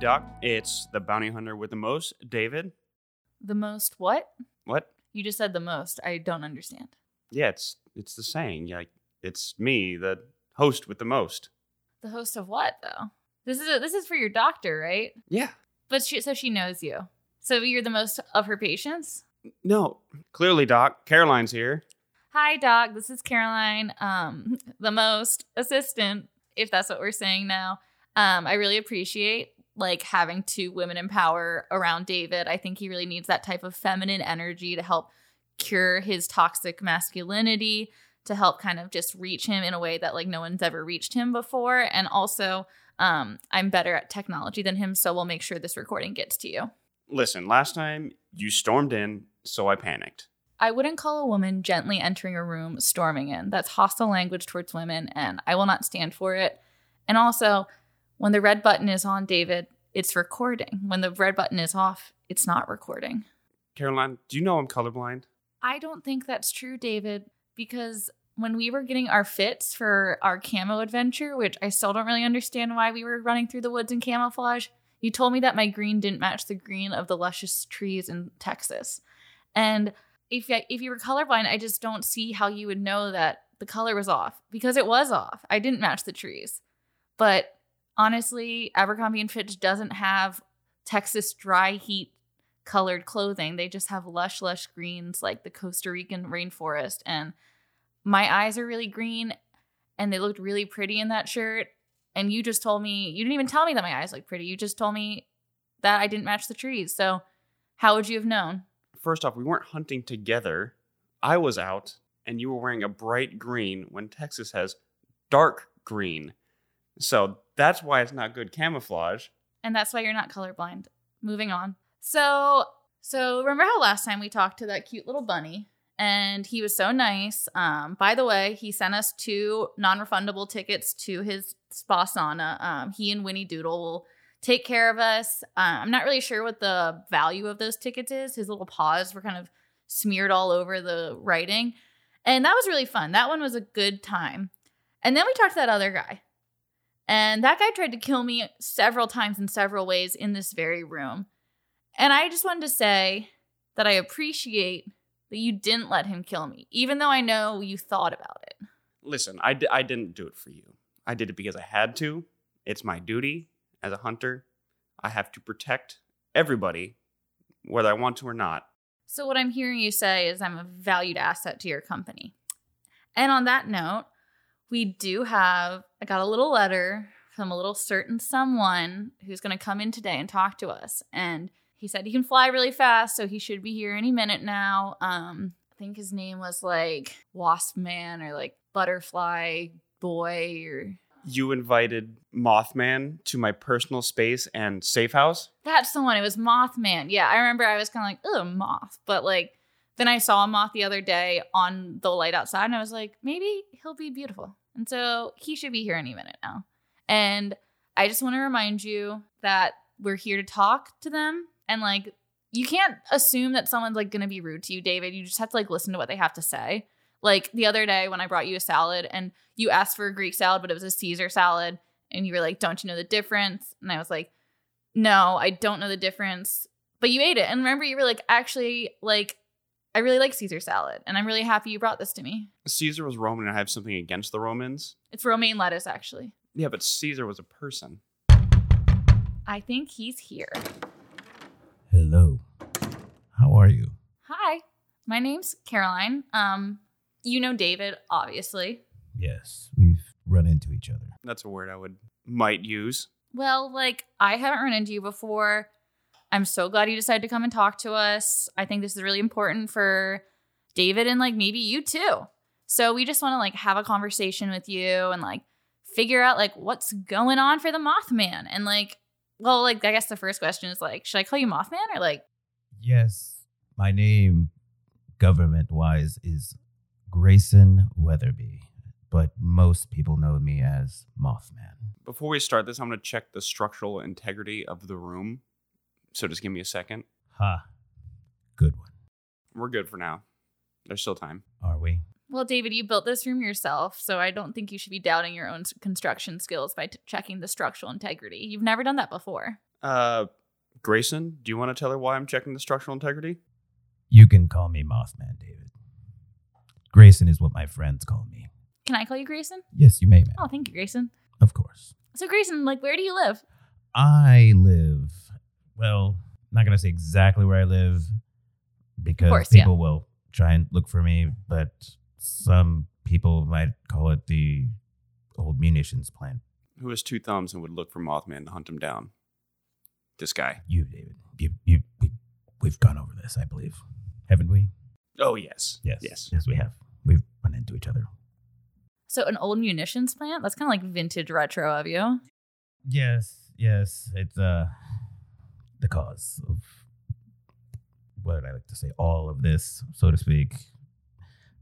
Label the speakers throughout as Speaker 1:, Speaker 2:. Speaker 1: Doc. It's the bounty hunter with the most, David.
Speaker 2: The most what?
Speaker 1: What?
Speaker 2: You just said the most. I don't understand.
Speaker 1: Yeah, it's it's the saying. Like it's me, the host with the most.
Speaker 2: The host of what though? This is a, this is for your doctor, right?
Speaker 1: Yeah.
Speaker 2: But she so she knows you. So you're the most of her patients.
Speaker 1: No, clearly, Doc. Caroline's here.
Speaker 2: Hi, doc. This is Caroline, um, the most assistant, if that's what we're saying now. Um, I really appreciate like having two women in power around David. I think he really needs that type of feminine energy to help cure his toxic masculinity, to help kind of just reach him in a way that like no one's ever reached him before. And also, um, I'm better at technology than him, so we'll make sure this recording gets to you.
Speaker 1: Listen, last time you stormed in, so I panicked.
Speaker 2: I wouldn't call a woman gently entering a room storming in. That's hostile language towards women, and I will not stand for it. And also, when the red button is on, David, it's recording. When the red button is off, it's not recording.
Speaker 1: Caroline, do you know I'm colorblind?
Speaker 2: I don't think that's true, David, because when we were getting our fits for our camo adventure, which I still don't really understand why we were running through the woods in camouflage, you told me that my green didn't match the green of the luscious trees in Texas. And if I, if you were colorblind, I just don't see how you would know that the color was off because it was off. I didn't match the trees. But honestly, Abercrombie and Fitch doesn't have Texas dry heat colored clothing. They just have lush lush greens like the Costa Rican rainforest and my eyes are really green and they looked really pretty in that shirt and you just told me you didn't even tell me that my eyes look pretty. You just told me that I didn't match the trees. So how would you have known?
Speaker 1: First off, we weren't hunting together. I was out, and you were wearing a bright green when Texas has dark green. So that's why it's not good camouflage.
Speaker 2: and that's why you're not colorblind. Moving on. So, so remember how last time we talked to that cute little bunny and he was so nice. Um, by the way, he sent us two non-refundable tickets to his spa sauna. Um, he and Winnie Doodle will take care of us. Uh, I'm not really sure what the value of those tickets is. His little paws were kind of smeared all over the writing. And that was really fun. That one was a good time. And then we talked to that other guy. And that guy tried to kill me several times in several ways in this very room. And I just wanted to say that I appreciate that you didn't let him kill me, even though I know you thought about it.
Speaker 1: Listen, I d- I didn't do it for you. I did it because I had to. It's my duty as a hunter. I have to protect everybody, whether I want to or not.
Speaker 2: So, what I'm hearing you say is I'm a valued asset to your company. And on that note, we do have, I got a little letter from a little certain someone who's going to come in today and talk to us. And he said he can fly really fast, so he should be here any minute now. Um, I think his name was like Wasp Man or like Butterfly Boy or
Speaker 1: You invited Mothman to my personal space and safe house.
Speaker 2: That's the one. It was Mothman. Yeah, I remember I was kind of like, oh, moth. But like, then I saw a moth the other day on the light outside and I was like, maybe he'll be beautiful. And so he should be here any minute now. And I just want to remind you that we're here to talk to them. And like, you can't assume that someone's like going to be rude to you, David. You just have to like listen to what they have to say. Like the other day when I brought you a salad and you asked for a Greek salad, but it was a Caesar salad. And you were like, don't you know the difference? And I was like, no, I don't know the difference. But you ate it. And remember, you were like, actually, like, I really like Caesar salad. And I'm really happy you brought this to me.
Speaker 1: Caesar was Roman, and I have something against the Romans.
Speaker 2: It's romaine lettuce, actually.
Speaker 1: Yeah, but Caesar was a person.
Speaker 2: I think he's here.
Speaker 3: Hello. How are you?
Speaker 2: Hi, my name's Caroline. Um, you know David, obviously.
Speaker 3: Yes, we've run into each other.
Speaker 1: That's a word I would might use.
Speaker 2: Well, like, I haven't run into you before. I'm so glad you decided to come and talk to us. I think this is really important for David and like maybe you too. So we just want to like have a conversation with you and like figure out like what's going on for the Mothman. And like, well, like I guess the first question is like, should I call you Mothman or like
Speaker 3: Yes, my name, government wise, is Grayson Weatherby, but most people know me as Mothman.
Speaker 1: Before we start this, I'm going to check the structural integrity of the room. So just give me a second.
Speaker 3: Ha. Good one.
Speaker 1: We're good for now. There's still time.
Speaker 3: Are we?
Speaker 2: Well, David, you built this room yourself, so I don't think you should be doubting your own s- construction skills by t- checking the structural integrity. You've never done that before.
Speaker 1: Uh, Grayson, do you want to tell her why I'm checking the structural integrity?
Speaker 3: You can call me Mothman, David. Grayson is what my friends call me.
Speaker 2: Can I call you Grayson?
Speaker 3: Yes, you may, ma'am.
Speaker 2: Oh, thank you, Grayson.
Speaker 3: Of course.
Speaker 2: So, Grayson, like, where do you live?
Speaker 3: I live, well, I'm not going to say exactly where I live because
Speaker 2: course, yeah.
Speaker 3: people will try and look for me, but some people might call it the old munitions plant.
Speaker 1: Who has two thumbs and would look for Mothman to hunt him down? This guy.
Speaker 3: You, David, you, you, we, we've gone over this, I believe. Haven't we?
Speaker 1: Oh, yes.
Speaker 3: Yes.
Speaker 1: Yes.
Speaker 3: Yes, we have. We've run into each other.
Speaker 2: So, an old munitions plant? That's kind of like vintage retro of you.
Speaker 3: Yes, yes. It's uh the cause of what I like to say, all of this, so to speak.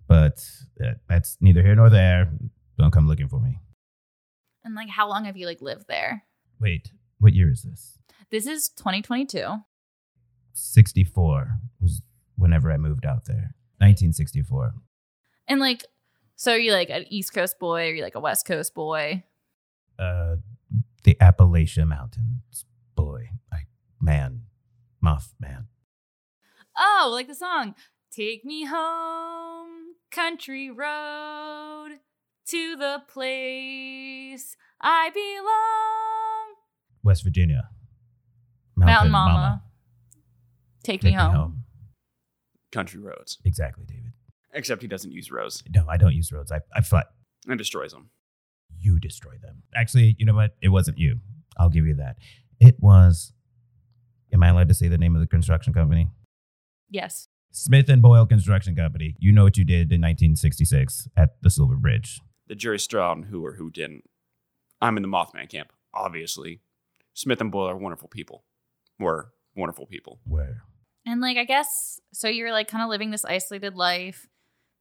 Speaker 3: But uh, that's neither here nor there. Don't come looking for me.
Speaker 2: And, like, how long have you, like, lived there?
Speaker 3: Wait, what year is this?
Speaker 2: This is 2022.
Speaker 3: 64 was whenever I moved out there. 1964.
Speaker 2: And, like, so are you, like, an East Coast boy? Are you, like, a West Coast boy?
Speaker 3: Uh, the Appalachia Mountains. Boy, I, man, moth man.
Speaker 2: Oh, like the song Take Me Home, Country Road, to the place I belong.
Speaker 3: West Virginia.
Speaker 2: Mountain Mama. Take,
Speaker 3: Take
Speaker 2: me, home.
Speaker 1: Country roads.
Speaker 3: Exactly, David.
Speaker 1: Except he doesn't use roads
Speaker 3: No, I don't use roads. I, I fly.
Speaker 1: and destroys them.
Speaker 3: you destroy them. Actually, you know what? It wasn't you. I'll give you that. It was. Am I allowed to say the name of the construction company?
Speaker 2: Yes.
Speaker 3: Smith and Boyle Construction Company. You know what you did in 1966 at the Silver Bridge.
Speaker 1: The jury's still out on who or who didn't. I'm in the Mothman camp, obviously. Smith and Boyle are wonderful people. Were wonderful people.
Speaker 3: Where?
Speaker 2: And like I guess so you're like kind of living this isolated life.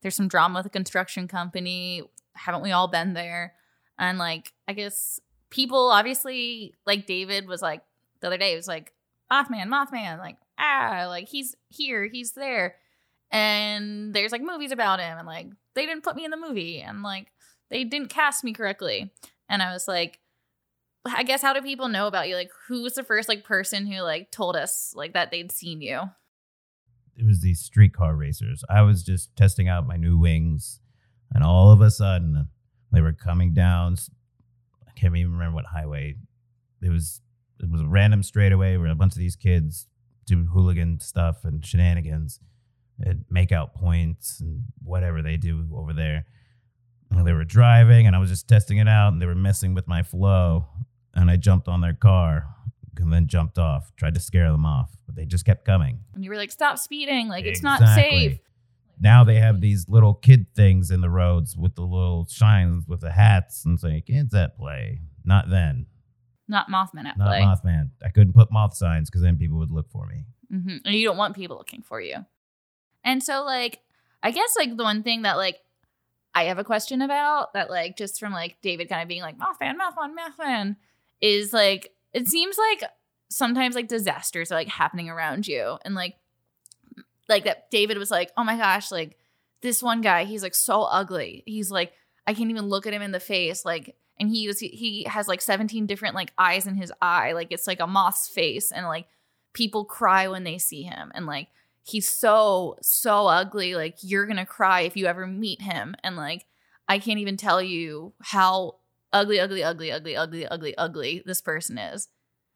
Speaker 2: There's some drama with the construction company. Haven't we all been there? And like I guess people obviously like David was like the other day he was like Mothman, Mothman, like ah, like he's here, he's there. And there's like movies about him and like they didn't put me in the movie and like they didn't cast me correctly. And I was like I guess how do people know about you? Like who was the first like person who like told us like that they'd seen you?
Speaker 3: It was these streetcar racers. I was just testing out my new wings, and all of a sudden, they were coming down. s- I can't even remember what highway. It was. It was a random straightaway where a bunch of these kids do hooligan stuff and shenanigans, and make out points and whatever they do over there. And they were driving, and I was just testing it out, and they were messing with my flow. And I jumped on their car, and then jumped off. Tried to scare them off, but they just kept coming.
Speaker 2: and you were like, "Stop speeding! Like it's not
Speaker 3: Exactly.
Speaker 2: safe."
Speaker 3: Now they have these little kid things in the roads with the little shines with the hats and saying, kids at play. Not then.
Speaker 2: Not Mothman at
Speaker 3: Not
Speaker 2: play.
Speaker 3: Mothman. I couldn't put moth signs because then people would look for me.
Speaker 2: hmm And you don't want people looking for you. And so, like, I guess like the one thing that like I have a question about that like just from like David kind of being like Mothman, Mothman, Mothman is like it seems like sometimes like disasters are like happening around you and like like that David was like, oh my gosh, like this one guy, he's like so ugly. He's like, I can't even look at him in the face. Like, and he was, he has like 17 different like eyes in his eye. Like it's like a moth's face. And like people cry when they see him. And like, he's so, so ugly. Like you're going to cry if you ever meet him. And like, I can't even tell you how ugly, ugly, ugly, ugly, ugly, ugly, ugly this person is.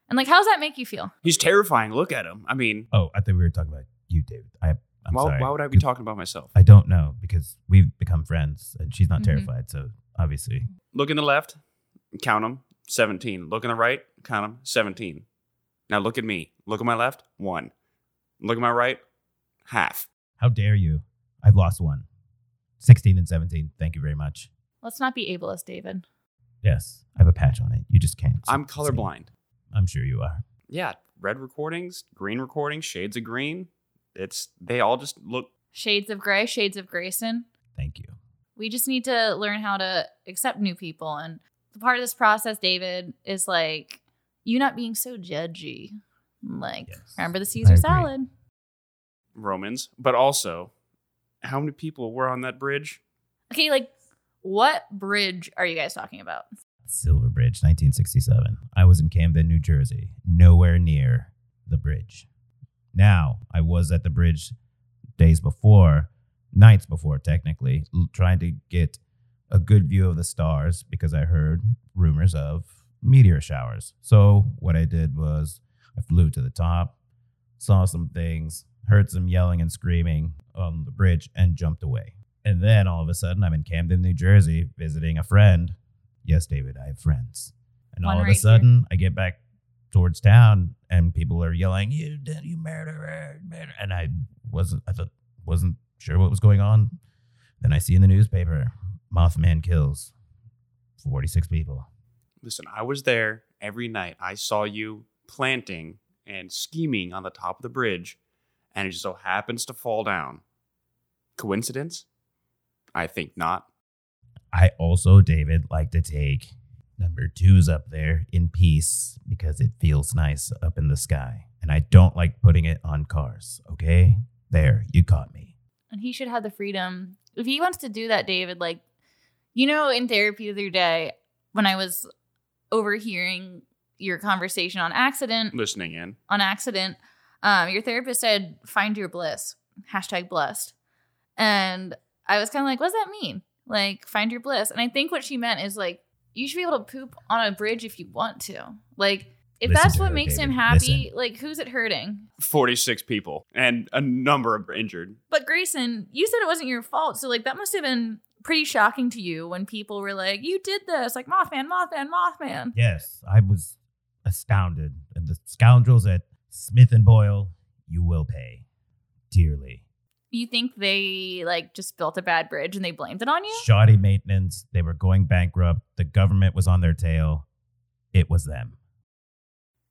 Speaker 2: And like, how does that make you feel?
Speaker 1: He's terrifying. Look at him. I mean,
Speaker 3: Oh, I think we were talking about you, David. I, I'm
Speaker 1: why,
Speaker 3: sorry.
Speaker 1: why would I be talking about myself?
Speaker 3: I don't know because we've become friends and she's not
Speaker 2: Mhm.
Speaker 3: terrified. So obviously,
Speaker 1: Look in the left, count them, 17. Look in the right, count them, 17. Now look at me. Look at my left, one. Look at my right, half.
Speaker 3: how dare you? I've lost one. 16 and 17. Thank you very much.
Speaker 2: Let's not be ableist, David.
Speaker 3: Yes, I have a patch on it. You just can't.
Speaker 1: I'm
Speaker 3: see.
Speaker 1: colorblind.
Speaker 3: I'm sure you are.
Speaker 1: Yeah, red recordings, green recordings, shades of green. It's they all just look
Speaker 2: Shades of Gray, Shades of Grayson.
Speaker 3: Thank you.
Speaker 2: We just need to learn how to accept new people. And the part of this process, David, is like you not being so judgy. Like,
Speaker 3: Yes.
Speaker 2: remember the
Speaker 3: I
Speaker 2: Caesar
Speaker 3: agree.
Speaker 2: salad.
Speaker 1: Romans, but also how many people were on that bridge?
Speaker 2: Okay, like what bridge are you guys talking about?
Speaker 3: Silver Bridge, 1967. I was in Camden, New Jersey, nowhere near the bridge. Now, I was at the bridge days before, nights before, technically, l- trying to get a good view of the stars because I heard rumors of meteor showers. So, what I did was I flew to the top, saw some things, heard some yelling and screaming on the bridge, and jumped away. And then all of a sudden, I'm in Camden, New Jersey, visiting a friend. Yes, David, I have friends. And
Speaker 2: One
Speaker 3: all
Speaker 2: right
Speaker 3: of a
Speaker 2: here.
Speaker 3: sudden, I get back towards town, and people are yelling, "You did, you murderer, murder!" And I wasn't, I thought, wasn't sure what was going on. Then I see in the newspaper, Mothman kills forty-six people.
Speaker 1: Listen, I was there every night. I saw you planting and scheming on the top of the bridge, and it just so happens to fall down. Coincidence? I think not.
Speaker 3: I also, David, like to take number twos up there in peace because it feels nice up in the sky. And I don't like putting it on cars, okay? There, you caught me.
Speaker 2: and he should have the freedom if he wants to do that david like you know in therapy the other day when i was overhearing your conversation on
Speaker 3: Mm.
Speaker 2: accident
Speaker 1: Listening in.
Speaker 2: on accident um, your therapist said find your bliss hashtag blessed and i was kind of like what does that mean like find your bliss and i think what she meant is like you should be able to poop on a bridge if you want to like if
Speaker 3: Listen
Speaker 2: that's
Speaker 3: to
Speaker 2: what
Speaker 3: her,
Speaker 2: makes him
Speaker 3: David.
Speaker 2: happy like who's it hurting
Speaker 1: 46 people and a number of injured.
Speaker 2: But Grayson, you said it wasn't your fault. So like that must have been pretty shocking to you when people were like, "You did this." Like Mothman, Mothman, Mothman.
Speaker 3: Yes, I was astounded. And the scoundrels at Smith and Boyle, you will pay dearly.
Speaker 2: You think they like just built a bad bridge and they blamed it on you?
Speaker 3: Shoddy maintenance, they were going bankrupt, the government was on their tail. It was them.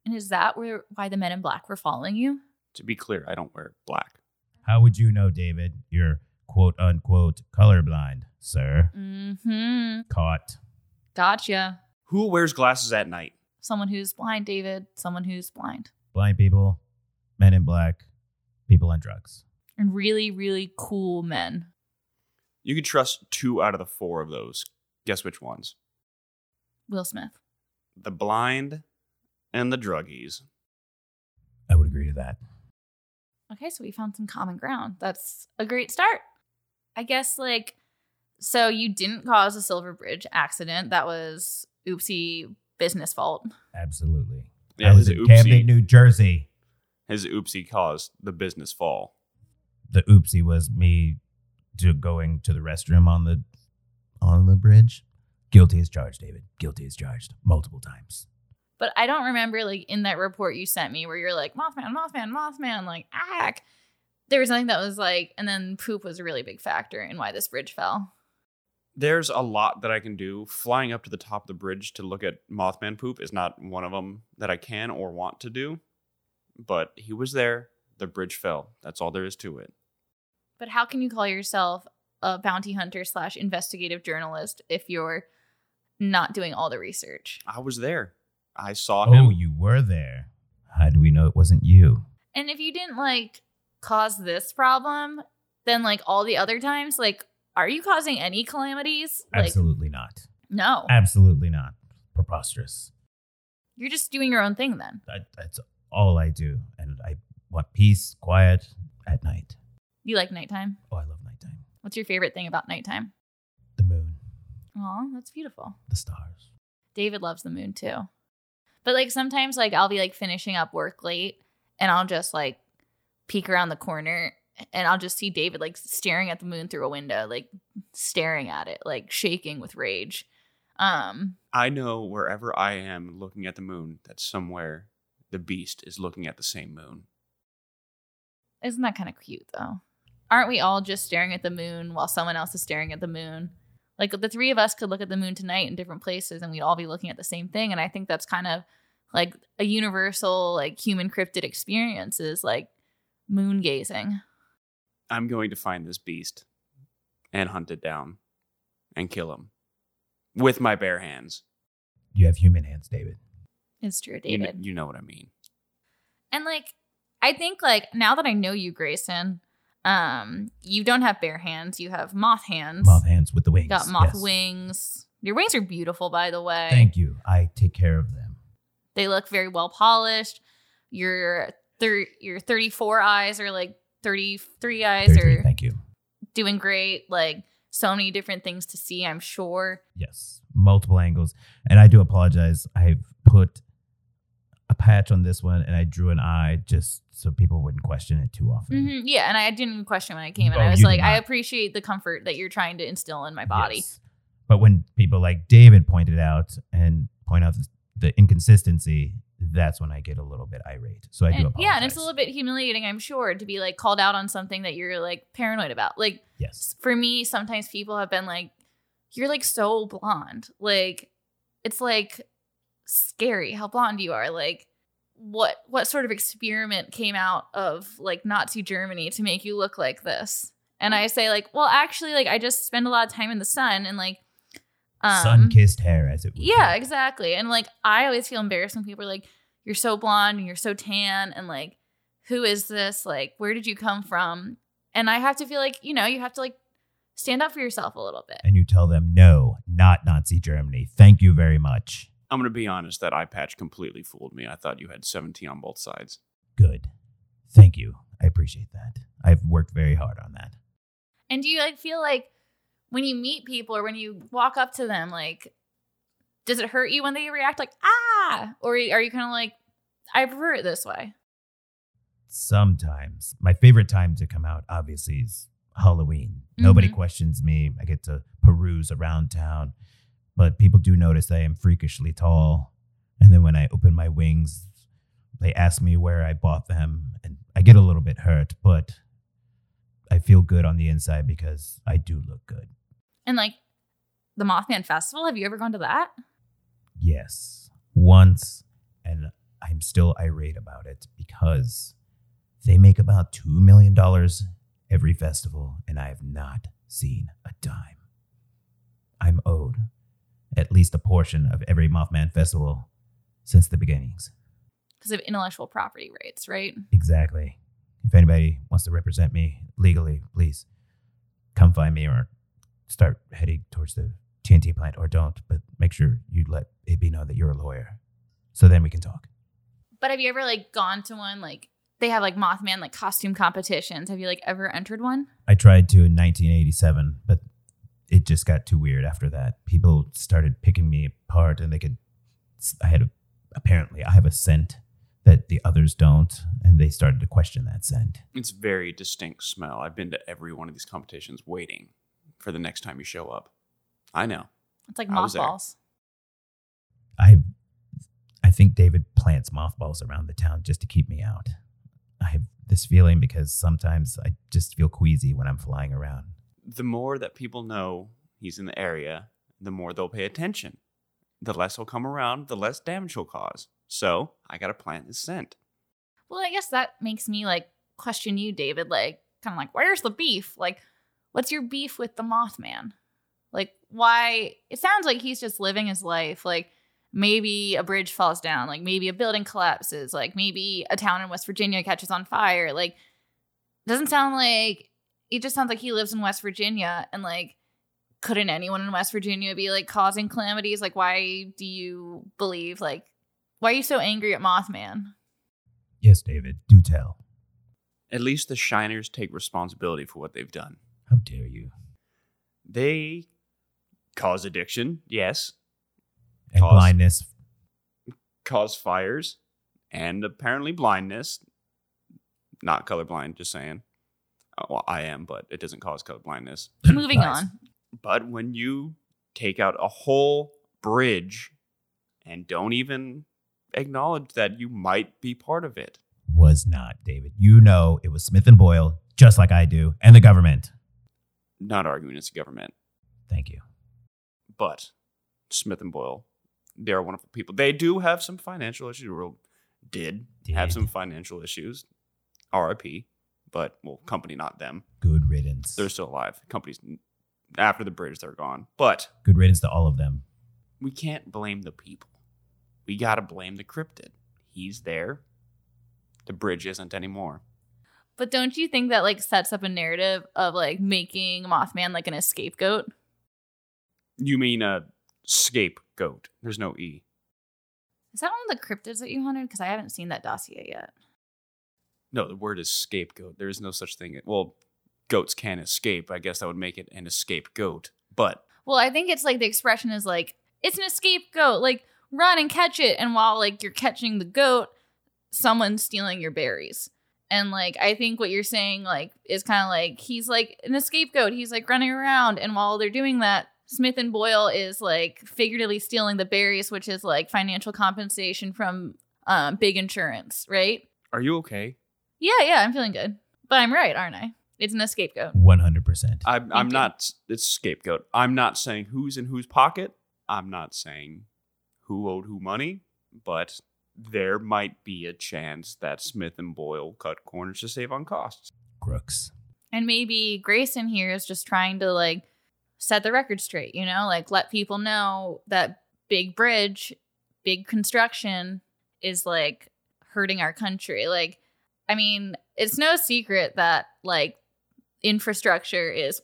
Speaker 2: And is that where why the men in black were following you?
Speaker 1: To be clear, I don't wear black.
Speaker 3: How would you know, David? You're quote unquote colorblind, sir.
Speaker 2: Mhm.
Speaker 3: Caught.
Speaker 2: Gotcha.
Speaker 1: Who wears glasses at night?
Speaker 2: Someone who's blind, David. Someone who's blind.
Speaker 3: Blind people, men in black, people on drugs.
Speaker 2: And really, really cool men.
Speaker 1: You could trust two out of the four of those. Guess which ones?
Speaker 2: Will Smith.
Speaker 1: The blind and the druggies.
Speaker 3: I would agree to that.
Speaker 2: Okay, so we found some common ground. That's a great start. I guess, like, so you didn't cause a Silver Bridge accident. That was oopsie business fault.
Speaker 3: Absolutely.
Speaker 1: Yeah,
Speaker 3: I was
Speaker 1: his
Speaker 3: in Camden,
Speaker 1: oopsie,
Speaker 3: New Jersey.
Speaker 1: his oopsie caused the business fall.
Speaker 3: The oopsie was me to going to the restroom on the on the bridge. Guilty as charged, David. Guilty as charged. Multiple times.
Speaker 2: But I don't remember, like, in that report you sent me where you're like, Mothman, Mothman, Mothman, like, ack. There was nothing that was like, and then poop was a really big factor in why this bridge fell.
Speaker 1: there's a lot that I can do. Flying up to the top of the bridge to look at Mothman poop is not one of them that I can or want to do. But he was there. The bridge fell. That's all there is to it.
Speaker 2: But how can you call yourself a bounty hunter slash investigative journalist if you're not doing all the research?
Speaker 1: I was there. I saw
Speaker 3: Oh,
Speaker 1: him.
Speaker 3: you were there. How do we know it wasn't you?
Speaker 2: And if you didn't like cause this problem, then like all the other times, like, are you causing any calamities?
Speaker 3: Absolutely not.
Speaker 2: Like, no.
Speaker 3: Absolutely not. Preposterous.
Speaker 2: You're just doing your own thing then.
Speaker 3: That, that's all I do. And I want peace, quiet at night.
Speaker 2: You like nighttime.
Speaker 3: Oh, I love nighttime.
Speaker 2: What's your favorite thing about nighttime?
Speaker 3: The moon,
Speaker 2: Aw, that's beautiful.
Speaker 3: the stars.
Speaker 2: David loves the moon too. But like sometimes, like, I'll be like finishing up work late and I'll just like peek around the corner and I'll just see David like staring at the moon through a window, like staring at it, like shaking with rage. Um,
Speaker 1: I know wherever I am looking at the moon, that somewhere the beast is looking at the same moon.
Speaker 2: Isn't that kind of cute though? Aren't we all just staring at the moon while someone else is staring at the moon? Like the three of us could look at the moon tonight in different places and we'd all be looking at the same thing. And I think that's kind of like a universal, like human cryptid experience is like moon gazing.
Speaker 1: I'm going to find this beast and hunt it down and kill him with my bare hands.
Speaker 3: You have human hands, David.
Speaker 2: It's true,
Speaker 1: You,
Speaker 2: David.
Speaker 1: kn- you know what I mean.
Speaker 2: And like, I think like now that I know you, Grayson, um, you don't have bare hands, you have moth hands.
Speaker 3: Moth hands with the wings.
Speaker 2: You got moth
Speaker 3: yes.
Speaker 2: wings. Your wings are beautiful, by the way.
Speaker 3: Thank you. I take care of them.
Speaker 2: They look very well polished. Your thir- your 34 eyes are like 33 eyes
Speaker 3: Surgery,
Speaker 2: are
Speaker 3: Thank you.
Speaker 2: doing great. Like so many different things to see, I'm sure.
Speaker 3: Yes, multiple angles. And I do apologize. I put a patch on this one and I drew an eye just so people wouldn't question it too often.
Speaker 2: hmm Yeah, and I didn't even question when I came in.
Speaker 3: Oh,
Speaker 2: I was
Speaker 3: you
Speaker 2: like,
Speaker 3: did
Speaker 2: I
Speaker 3: not.
Speaker 2: appreciate the comfort that you're trying to instill in my body.
Speaker 3: Yes. But when people like David pointed out and point out the, the inconsistency, that's when I get a little bit irate. So I do
Speaker 2: And-
Speaker 3: apologize.
Speaker 2: yeah, and it's a little bit humiliating, I'm sure, to be like called out on something that you're like paranoid about. Like
Speaker 3: Yes.
Speaker 2: s- for me, sometimes people have been like, "You're like so blonde." Like it's like scary how blonde you are. Like what what sort of experiment came out of like Nazi Germany to make you look like this? And I say like, "Well, actually, like I just spend a lot of time in the sun and like um
Speaker 3: Sun kissed hair, as it would
Speaker 2: yeah,
Speaker 3: be.
Speaker 2: exactly. And like I always feel embarrassed when people are like, You're so blonde and you're so tan and like, who is this? Like, where did you come from? And I have to feel like, you know, you have to like stand up for yourself a little bit.
Speaker 3: And you tell them, no, not Nazi Germany. Thank you very much.
Speaker 1: I'm gonna be honest. That eye patch completely fooled me. I thought you had 17 on both sides.
Speaker 3: Good. Thank you. I appreciate that. I've worked very hard on that.
Speaker 2: And do you like feel like when you meet people or when you walk up to them, like, does it hurt you when they react like, ah? Or are you kind of like, I prefer it this way?
Speaker 3: sometimes my favorite time to come out obviously is halloween nobody
Speaker 2: Mhm.
Speaker 3: questions me i get to peruse around town but people do notice that i am freakishly tall and then when i open my wings they ask me where i bought them and i get a little bit hurt but i feel good on the inside because i do look good
Speaker 2: And like, the Mothman Festival, have you ever gone to that?
Speaker 3: yes once and i'm still irate about it because they make about $2 million every festival and i have not seen a dime i'm owed at least a portion of every mothman festival since the beginnings
Speaker 2: Because of intellectual property rights, right?
Speaker 3: exactly if anybody wants to represent me legally please come find me or start heading towards the tnt plant or don't but make sure you let ab know that you're a lawyer so then we can talk
Speaker 2: But have you ever like gone to one like they have like Mothman like costume competitions? Have you like ever entered one?
Speaker 3: I tried to in 1987, but it just got too weird after that. People started picking me apart, and they could. I had a, apparently I have a scent that the others don't, and they started to question that scent.
Speaker 1: It's very distinct smell. I've been to every one of these competitions, waiting for the next time you show up. I know.
Speaker 2: It's like
Speaker 1: I was there.
Speaker 2: mothballs.
Speaker 3: I, I think David plants mothballs around the town just to keep me out. I have this feeling because sometimes I just feel queasy when I'm flying around.
Speaker 1: The more that people know he's in the area, the more they'll pay attention. The less he'll come around, the less damage he'll cause. So I gotta plant his scent.
Speaker 2: Well, I guess that makes me like question you, David. Like kind of like where's the beef? Like what's your beef with the Mothman? Like why? It sounds like he's just living his life. Like maybe a bridge falls down. Like maybe a building collapses. Like maybe a town in West Virginia catches on fire. Like doesn't sound like it just sounds like he lives in West Virginia and like couldn't anyone in West Virginia be like causing calamities? Like why do you believe like why are you so angry at Mothman?
Speaker 3: Yes, David, do tell.
Speaker 1: At least the Shiners take responsibility for what they've done.
Speaker 3: How dare you?
Speaker 1: They cause addiction, yes,
Speaker 3: And
Speaker 1: Cause-
Speaker 3: blindness.
Speaker 1: cause fires, and apparently blindness. Not colorblind, just saying. Uh, Well, I am, but it doesn't cause colorblindness.
Speaker 2: Moving
Speaker 3: Nice.
Speaker 2: on.
Speaker 1: But when you take out a whole bridge and don't even acknowledge that you might be part of it,
Speaker 3: was not, David. You know it was Smith and Boyle, just like I do, and the government.
Speaker 1: not arguing it's the government,
Speaker 3: Thank you.
Speaker 1: but Smith and Boyle, they're wonderful people. They do have some financial issues, or did, have
Speaker 3: Did.
Speaker 1: some financial issues, RIP, but well, company, not them.
Speaker 3: Good riddance.
Speaker 1: They're still alive. Companies, after the bridge, they're gone. But
Speaker 3: Good riddance to all of them.
Speaker 1: we can't blame the people. We got to blame the cryptid. He's there. The bridge isn't anymore.
Speaker 2: But don't you think that like sets up a narrative of like making Mothman like an scapegoat?
Speaker 1: You mean a scapegoat. There's no E.
Speaker 2: Is that one of the cryptids that you hunted? Because I haven't seen that dossier yet.
Speaker 1: No, the word is scapegoat. There is no such thing. Well, goats can escape. I guess that would make it an escape goat. But
Speaker 2: Well, I think it's like the expression is like, it's an escape goat. Like, run and catch it. And while like you're catching the goat, someone's stealing your berries. And like, I think what you're saying, like, is kind of like he's like an escape goat. He's like running around. And while they're doing that, Smith and Boyle is like figuratively stealing the berries, which is like financial compensation from um, big insurance, right?
Speaker 1: are you okay?
Speaker 2: Yeah, yeah, I'm feeling good. But I'm right, aren't I? It's an escape goat.
Speaker 3: One hundred percent.
Speaker 1: I'm, I'm
Speaker 2: you.
Speaker 1: not. It's scapegoat. I'm not saying who's in whose pocket. I'm not saying who owed who money. But there might be a chance that Smith and Boyle cut corners to save on costs.
Speaker 3: Crooks.
Speaker 2: And maybe Grayson here is just trying to like set the record straight, you know, like let people know that big bridge, big construction is like hurting our country. Like, I mean, it's no secret that like infrastructure is,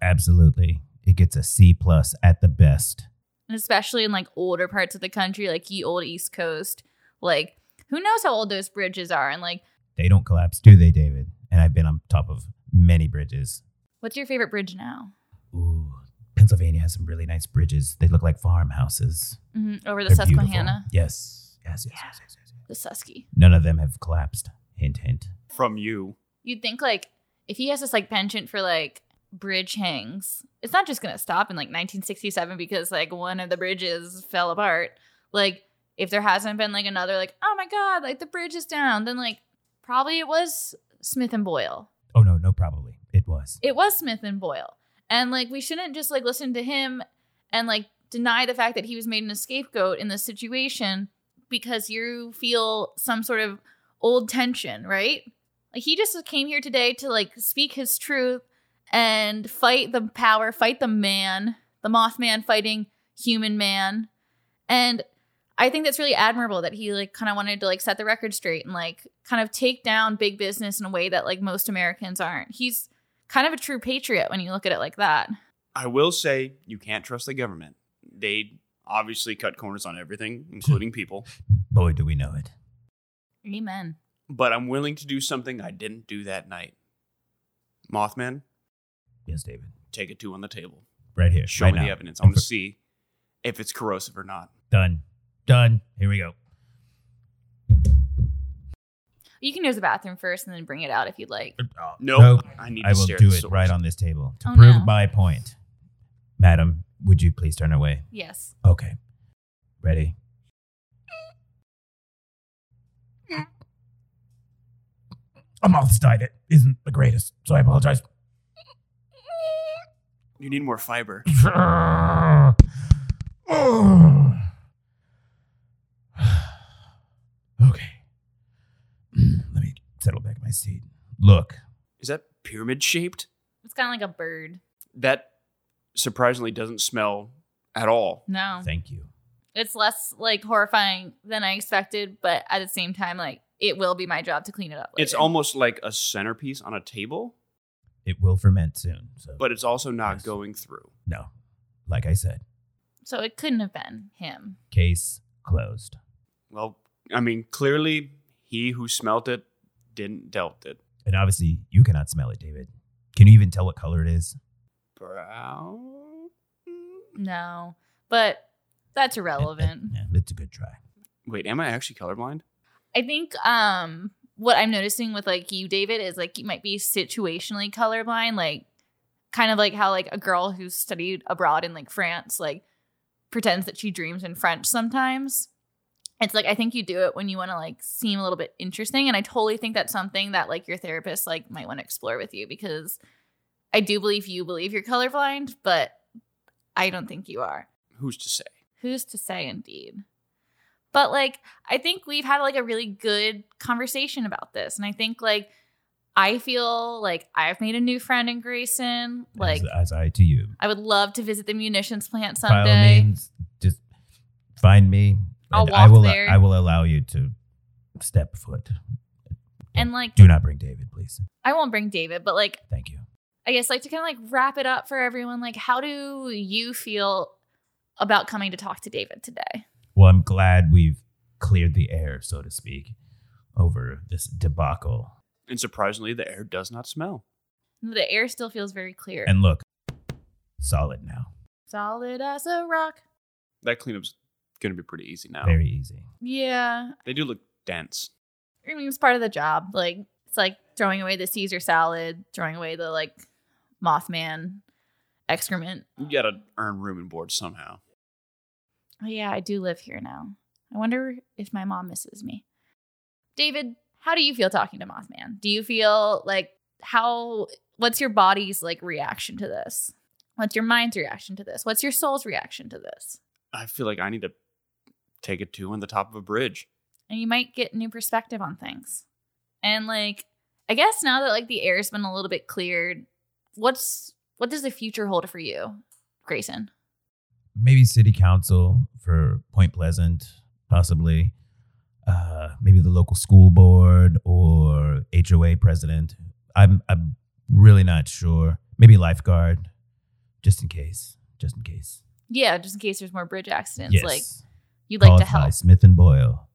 Speaker 3: Absolutely. It gets a C plus at the best.
Speaker 2: especially in like older parts of the country, like ye old East Coast, like who knows how old those bridges are? And like,
Speaker 3: They don't collapse, do they, David? And I've been on top of many bridges.
Speaker 2: what's your favorite bridge now?
Speaker 3: Ooh, Pennsylvania has some really nice bridges. They look like farmhouses.
Speaker 2: hmm Over the
Speaker 3: They're beautiful.
Speaker 2: Susquehanna,
Speaker 3: Yes. Yes, yes, yes,
Speaker 2: Yeah.
Speaker 3: yes, yes, yes.
Speaker 2: the Susky.
Speaker 3: None of them have collapsed. Hint, hint.
Speaker 1: From you,
Speaker 2: you'd think like if he has this like penchant for like bridge hangs, it's not just gonna stop in like 1967 because like one of the bridges fell apart. Like if there hasn't been like another like oh my god like the bridge is down, then like probably it was Smith and Boyle.
Speaker 3: Oh, no, no, probably. It was.
Speaker 2: It was Smith and Boyle, and like we shouldn't just like listen to him and like deny the fact that he was made an scapegoat in this situation because you feel some sort of old tension, right? Like he just came here today to like speak his truth and fight the power, fight the man, the Mothman fighting human man. And I think that's really admirable that he like kind of wanted to like set the record straight and like kind of take down big business in a way that like most Americans aren't. He's kind of a true patriot when you look at it like that.
Speaker 1: I will say you can't trust the government. They obviously cut corners on everything, including people.
Speaker 3: Boy, do we know it.
Speaker 2: Amen.
Speaker 1: But I'm willing to do something I didn't do that night. Mothman,
Speaker 3: Yes, David.
Speaker 1: take a two on the table.
Speaker 3: Right here.
Speaker 1: Show
Speaker 3: right
Speaker 1: me
Speaker 3: now.
Speaker 1: the evidence. I want to see if it's corrosive or not.
Speaker 3: Done. Done. Here we go.
Speaker 2: You can use the bathroom first and then bring it out if you'd like.
Speaker 1: No,
Speaker 3: Nope.
Speaker 1: I need to
Speaker 3: I will
Speaker 1: stare
Speaker 3: do
Speaker 1: at the
Speaker 3: it
Speaker 1: source.
Speaker 3: right on this table to
Speaker 2: Oh,
Speaker 3: prove
Speaker 2: no.
Speaker 3: my point. Madam, would you please turn away?
Speaker 2: Yes.
Speaker 3: Okay. Ready? A moth's diet isn't the greatest, so I apologize.
Speaker 1: You need more fiber.
Speaker 3: okay. Mm, Let me settle back in my seat. Look,
Speaker 1: Is that pyramid shaped?
Speaker 2: It's kind of like a bird.
Speaker 1: That surprisingly doesn't smell at all.
Speaker 2: No.
Speaker 3: thank you.
Speaker 2: it's less like horrifying than I expected, but at the same time, like it will be my job to clean it up. Later.
Speaker 1: It's almost like a centerpiece on a table,
Speaker 3: It will ferment soon. So,
Speaker 1: but it's also not
Speaker 3: Yes.
Speaker 1: going through.
Speaker 3: no, like I said,
Speaker 2: so it couldn't have been him.
Speaker 3: case closed.
Speaker 1: Well, I mean, clearly he who smelt it didn't dealt it.
Speaker 3: And obviously, you cannot smell it, David. Can you even tell what color it is?
Speaker 1: Brown?
Speaker 2: No, but that's irrelevant.
Speaker 3: Yeah, it's a good try.
Speaker 1: Wait, am I actually colorblind?
Speaker 2: I think um what I'm noticing with like you, David, is like you might be situationally colorblind, like kind of like how like a girl who studied abroad in like France like pretends that she dreams in French sometimes. It's like I think you do it when you want to like seem a little bit interesting. And I totally think that's something that like your therapist like might want to explore with you because I do believe you believe you're colorblind, but I don't think you are
Speaker 1: Who's to say?
Speaker 2: who's to say indeed but like i think we've had like a really good conversation about this and i think like i feel like i've made a new friend in grayson like
Speaker 3: as, as I to you.
Speaker 2: i would love to visit the munitions plant
Speaker 3: By all
Speaker 2: someday
Speaker 3: means, just find me.
Speaker 2: I'll
Speaker 3: and I
Speaker 2: walk
Speaker 3: will.
Speaker 2: there.
Speaker 3: I will allow you to step foot.
Speaker 2: and like
Speaker 3: Do not bring David, please.
Speaker 2: i won't bring david but like
Speaker 3: Thank you.
Speaker 2: i guess like to kind of like wrap it up for everyone like how do you feel about coming to talk to David today.
Speaker 3: Well, I'm glad we've cleared the air, so to speak, over this debacle.
Speaker 1: And surprisingly, the air does not smell.
Speaker 2: The air still feels very clear.
Speaker 3: And look, solid now.
Speaker 2: Solid as a rock.
Speaker 1: That cleanup's going to be pretty easy now.
Speaker 3: Very easy.
Speaker 2: Yeah.
Speaker 1: They do look dense.
Speaker 2: I mean, it's part of the job. Like, it's like throwing away the Caesar salad, throwing away the like Mothman excrement.
Speaker 1: You got to earn room and board somehow.
Speaker 2: Oh, yeah, I do live here now. I wonder if my mom misses me. David, how do you feel talking to Mothman? Do you feel like how what's your body's like reaction to this? What's your mind's reaction to this? What's your soul's reaction to this?
Speaker 1: I feel like I need to take a two on the top of a bridge.
Speaker 2: And you might get new perspective on things. And like I guess now that like the air's been a little bit cleared, what's what does the future hold for you, Grayson?
Speaker 3: Maybe city council for Point Pleasant, possibly. Uh, maybe the local school board or HOA president. I'm I'm really not sure. Maybe lifeguard, just in case. Just in case.
Speaker 2: Yeah, just in case there's more bridge accidents.
Speaker 3: yes.
Speaker 2: Like you'd like
Speaker 3: Called
Speaker 2: to help.
Speaker 3: by Smith and Boyle.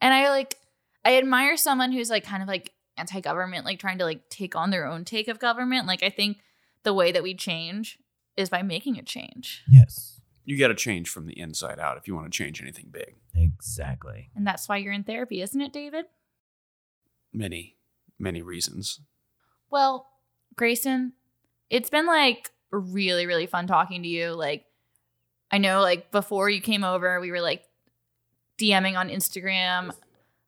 Speaker 2: And I like I admire someone who's like kind of like anti-government, like trying to like take on their own take of government. Like I think the way that we change is by making a change.
Speaker 3: Yes,
Speaker 1: You got to change from the inside out if you want to change anything big.
Speaker 3: exactly.
Speaker 2: And that's why you're in therapy, isn't it, David?
Speaker 1: Many, many reasons.
Speaker 2: Well, Grayson, it's been like really, really fun talking to you. Like, I know, like, before you came over, we were like DMing on Instagram.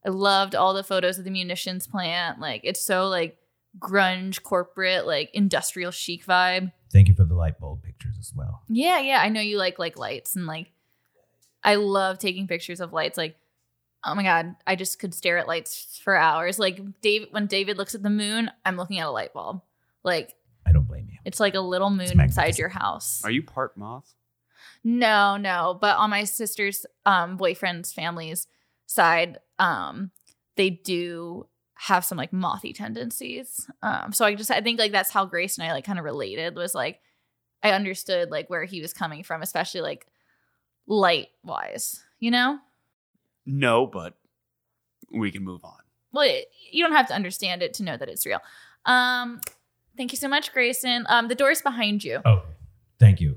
Speaker 2: I loved all the photos of the munitions plant. Like, it's so like grunge corporate, like industrial chic vibe.
Speaker 3: Thank you for the light bulb pictures as well.
Speaker 2: Yeah, yeah. I know you like like lights and like I love taking pictures of lights. Like, oh my god, I just could stare at lights for hours. Like David when David looks at the moon, I'm looking at a light bulb. Like
Speaker 3: I don't blame you.
Speaker 2: it's like a little moon inside
Speaker 3: magnificent.
Speaker 2: your house.
Speaker 1: Are you part moth?
Speaker 2: No, no. But on my sister's um boyfriend's family's side, um, they do have some like mothy tendencies. Um, so I just I think like that's how Grace and I like kind of related was like I understood like where he was coming from, especially like light wise, you know?
Speaker 1: No, but we can move on.
Speaker 2: well it, you don't have to understand it to know that it's real um thank you so much grayson um the door's behind you
Speaker 3: Okay, thank you.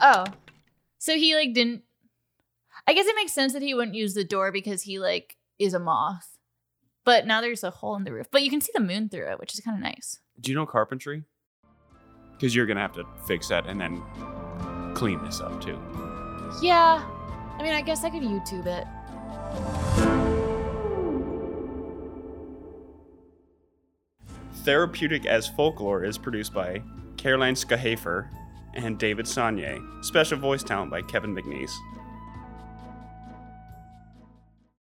Speaker 2: oh so he like didn't i guess it makes sense that he wouldn't use the door because he like is a moth but now there's a hole in the roof but you can see the moon through it which is kind of nice
Speaker 1: Do you know carpentry? Because you're going to have to fix that and then clean this up too.
Speaker 2: yeah i mean i guess i could youtube it
Speaker 1: Therapeutic as Folklore is produced by Caroline Skahafer and David Sanye. Special voice talent by Kevin McNeese.